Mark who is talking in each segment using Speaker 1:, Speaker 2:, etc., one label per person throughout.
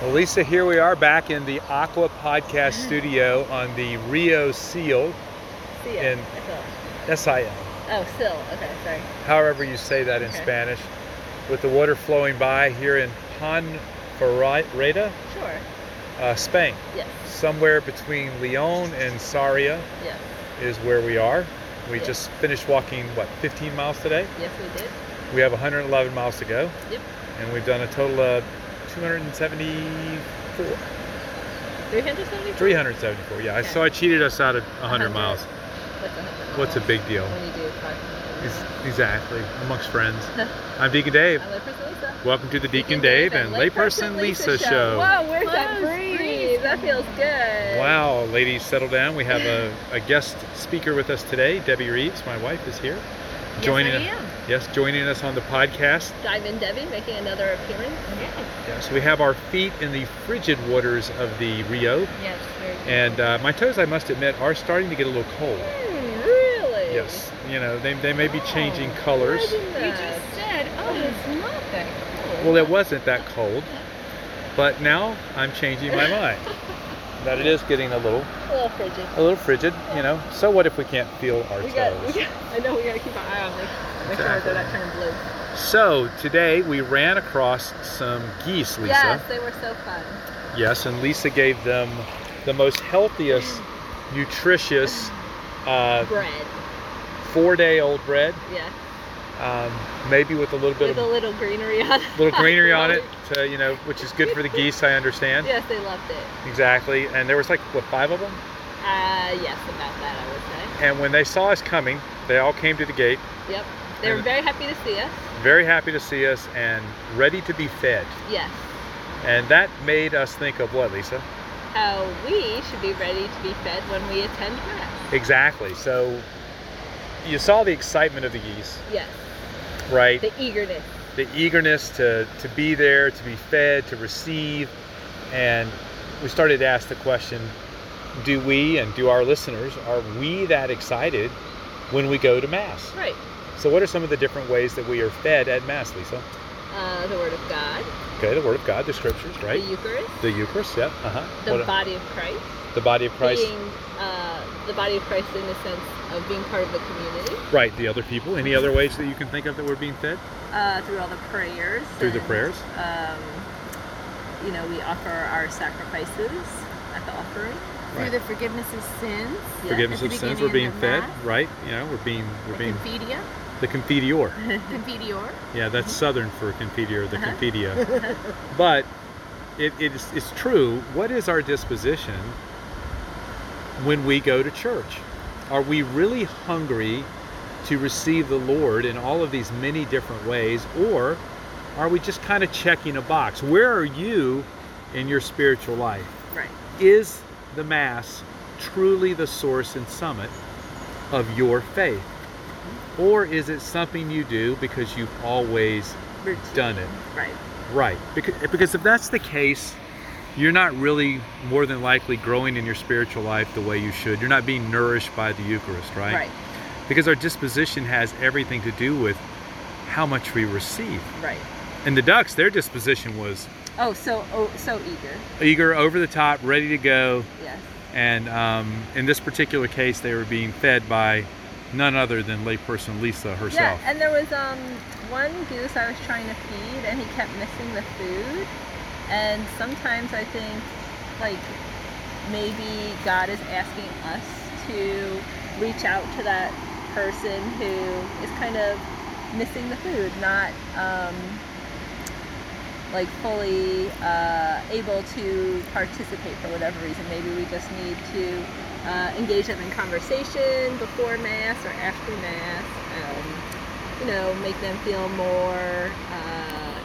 Speaker 1: Well, Lisa, here we are back in the Aqua Podcast
Speaker 2: Mm.
Speaker 1: Studio on the Rio Seal,
Speaker 2: Seal.
Speaker 1: And-
Speaker 2: I feel-
Speaker 1: SIL,
Speaker 2: Oh, Seal. Okay, sorry.
Speaker 1: however you say that in
Speaker 2: Okay.
Speaker 1: Spanish, with the water flowing by here in Ponferrada,
Speaker 2: Sure.
Speaker 1: uh, Spain.
Speaker 2: Yes.
Speaker 1: Somewhere between Leon and Saria
Speaker 2: Yes.
Speaker 1: is where we are. We
Speaker 2: Yeah.
Speaker 1: just finished walking, what, 15 miles today?
Speaker 2: Yes, we did.
Speaker 1: We have 111 miles to go,
Speaker 2: Yep.
Speaker 1: and we've done a total of 274.
Speaker 2: 374?
Speaker 1: 374, yeah. I
Speaker 2: Okay.
Speaker 1: So I cheated us out of 100
Speaker 2: 100.
Speaker 1: miles.
Speaker 2: That's 100.
Speaker 1: What's a big deal?
Speaker 2: When you do 500.
Speaker 1: Ex- Exactly, amongst friends. I'm Deacon Dave.
Speaker 2: I'm Layperson Lisa.
Speaker 1: Welcome to the Deacon Dave and Layperson Lisa show.
Speaker 2: Wow, where's that
Speaker 3: Wow,
Speaker 2: breeze?
Speaker 3: breeze.
Speaker 2: That feels good.
Speaker 1: Wow, ladies, settle down. We have a, a guest speaker with us today. Debbie Reeves, my wife, is here. Joining
Speaker 3: yes,
Speaker 1: Yes, joining us on the podcast.
Speaker 2: Dive in Debbie making another appearance.
Speaker 3: I am. Yes.
Speaker 1: Yes, we have our feet in the frigid waters of the Rio.
Speaker 3: Yes, very good.
Speaker 1: And uh, my toes, I must admit, are starting to get a little cold.
Speaker 2: Hmm, really?
Speaker 1: Yes, you know, they, they may be changing
Speaker 3: Oh.
Speaker 1: colors.
Speaker 3: you just said, oh, it's not that cool.
Speaker 1: Well, it wasn't that cold, but now I'm changing my mind. That it is getting a little,
Speaker 2: A little frigid.
Speaker 1: a little frigid, you know. So what if we can't feel our
Speaker 2: We got, we
Speaker 1: toes?
Speaker 2: got, I know we got to keep an eye on this. Make sure
Speaker 1: Exactly.
Speaker 2: we're not turning blue.
Speaker 1: So today we ran across some geese, Lisa.
Speaker 2: Yes, they were so fun.
Speaker 1: Yes, and Lisa gave them the most healthiest, nutritious, uh,
Speaker 2: Bread.
Speaker 1: four-day-old bread,
Speaker 2: Yeah.
Speaker 1: um, maybe with a little bit
Speaker 2: With a
Speaker 1: of
Speaker 2: little greenery on it.
Speaker 1: little greenery on it,
Speaker 2: Right.
Speaker 1: to, you know, which is good for the geese. I understand
Speaker 2: Yes, they loved it.
Speaker 1: exactly. And there was like what five of them.
Speaker 2: Uh, yes, about that I would
Speaker 1: And when they saw us coming, they all came to the gate,
Speaker 2: say. Yep. They were
Speaker 1: And-
Speaker 2: very happy to see us.
Speaker 1: very happy to see us and ready to be fed.
Speaker 2: Yes.
Speaker 1: And that made us think of what, Lisa?
Speaker 2: How we should be ready to be fed when we attend mass.
Speaker 1: Exactly. So you saw the excitement of the geese,
Speaker 2: Yes.
Speaker 1: right?
Speaker 2: The eagerness.
Speaker 1: The eagerness to, to be there, to be fed, to receive. And we started to ask the question do we and do our listeners, are we that excited when we go to Mass?
Speaker 2: Right.
Speaker 1: So, what are some of the different ways that we are fed at Mass, Lisa?
Speaker 2: Uh, the Word of God.
Speaker 1: Okay, the Word of God, the Scriptures, right?
Speaker 2: The Eucharist.
Speaker 1: The Eucharist, yeah. Uh-huh.
Speaker 2: The
Speaker 1: What-
Speaker 2: body of Christ.
Speaker 1: the body of Christ.
Speaker 2: Being uh, the body of Christ in the sense of being part of the community
Speaker 1: Right, the other people. Any other ways that you can think of that we're being fed?
Speaker 2: uh, through all the prayers.
Speaker 1: Through the
Speaker 2: and,
Speaker 1: prayers.
Speaker 2: Um, you know, we offer our sacrifices at the offering.
Speaker 3: Through the forgiveness of sins.
Speaker 2: Yeah.
Speaker 1: Forgiveness
Speaker 3: at
Speaker 1: of
Speaker 3: the
Speaker 1: sins,
Speaker 3: beginning
Speaker 1: we're
Speaker 3: of
Speaker 1: being
Speaker 3: the
Speaker 1: fed.
Speaker 3: Mass.
Speaker 1: Right, you know, we're being, we're
Speaker 3: The
Speaker 1: being
Speaker 3: Confidia.
Speaker 1: the confidior.
Speaker 3: Confidior.
Speaker 1: yeah, that's southern for confidior, the
Speaker 2: Uh-huh.
Speaker 1: confidia. but it, it is, it's true. What is our disposition when we go to church? Are we really hungry to receive the Lord in all of these many different ways, or are we just kind of checking a box? Where are you in your spiritual life?
Speaker 2: Right.
Speaker 1: Is the Mass truly the source and summit of your faith? Or is it something you do because you've always
Speaker 2: Routine.
Speaker 1: done it?
Speaker 2: Right.
Speaker 1: Right. Because, because if that's the case, you're not really more than likely growing in your spiritual life the way you should. You're not being nourished by the Eucharist, right?
Speaker 2: Right.
Speaker 1: Because our disposition has everything to do with how much we receive.
Speaker 2: Right.
Speaker 1: And the Ducks, their disposition was
Speaker 2: Oh, so oh, so eager.
Speaker 1: eager, over the top, ready to go.
Speaker 2: Yes.
Speaker 1: And um, in this particular case, they were being fed by none other than layperson Lisa herself.
Speaker 2: Yeah, and there was um one goose I was trying to feed, and he kept missing the food. And sometimes I think, like, maybe God is asking us to reach out to that person who is kind of missing the food, not um, like fully uh, able to participate for whatever reason. Maybe we just need to uh, engage them in conversation before mass or after mass. Um, you know, make them feel more uh,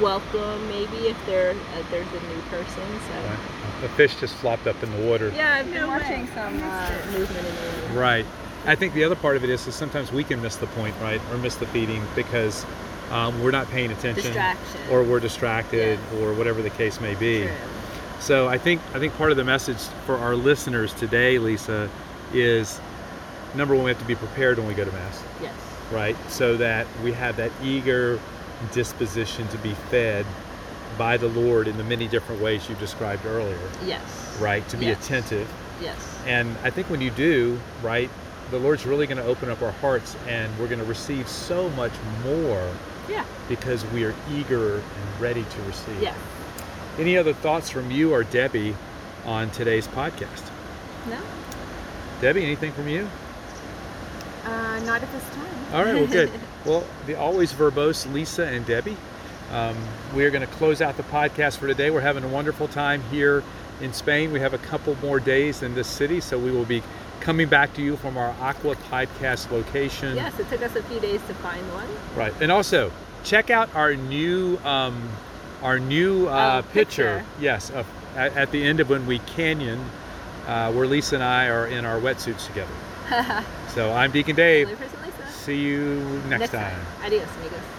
Speaker 2: welcome, maybe if they're uh, there's a new person. So.
Speaker 1: The fish just flopped up in the water.
Speaker 2: Yeah, I've been
Speaker 3: No way.
Speaker 2: watching some uh, movement in the room.
Speaker 1: Right. I think the other part of it is, is sometimes we can miss the point, right, or miss the feeding because um, we're not paying attention,
Speaker 2: Distraction.
Speaker 1: or we're distracted,
Speaker 2: Yeah.
Speaker 1: or whatever the case may be.
Speaker 2: True.
Speaker 1: So I think I think part of the message for our listeners today, Lisa, is number one, we have to be prepared when we go to mass.
Speaker 2: Yes.
Speaker 1: right? So that we have that eager disposition to be fed by the Lord in the many different ways you described earlier,
Speaker 2: Yes.
Speaker 1: right? To be
Speaker 2: Yes.
Speaker 1: attentive.
Speaker 2: Yes.
Speaker 1: And I think when you do, right, the Lord's really going to open up our hearts and we're going to receive so much more
Speaker 2: Yeah.
Speaker 1: because we are eager and ready to receive.
Speaker 2: Yes.
Speaker 1: Any other thoughts from you or Debbie on today's podcast?
Speaker 2: No.
Speaker 1: Debbie, anything from you?
Speaker 3: Uh, not at this time.
Speaker 1: All right, well, good. Well, the always verbose Lisa and Debbie. Um, we are going to close out the podcast for today. We're having a wonderful time here in Spain. We have a couple more days in this city, so we will be coming back to you from our Aqua podcast location.
Speaker 2: Yes. It took us a few days to find one.
Speaker 1: Right, and also check out our new um, our new uh,
Speaker 2: Oh,
Speaker 1: picture.
Speaker 2: picture.
Speaker 1: Yes, of, at, at the end of when we canyon, uh, where Lisa and I are in our wetsuits together. So I'm Deacon Dave.
Speaker 2: Only person Lisa.
Speaker 1: See you next, time.
Speaker 2: Adios, amigos.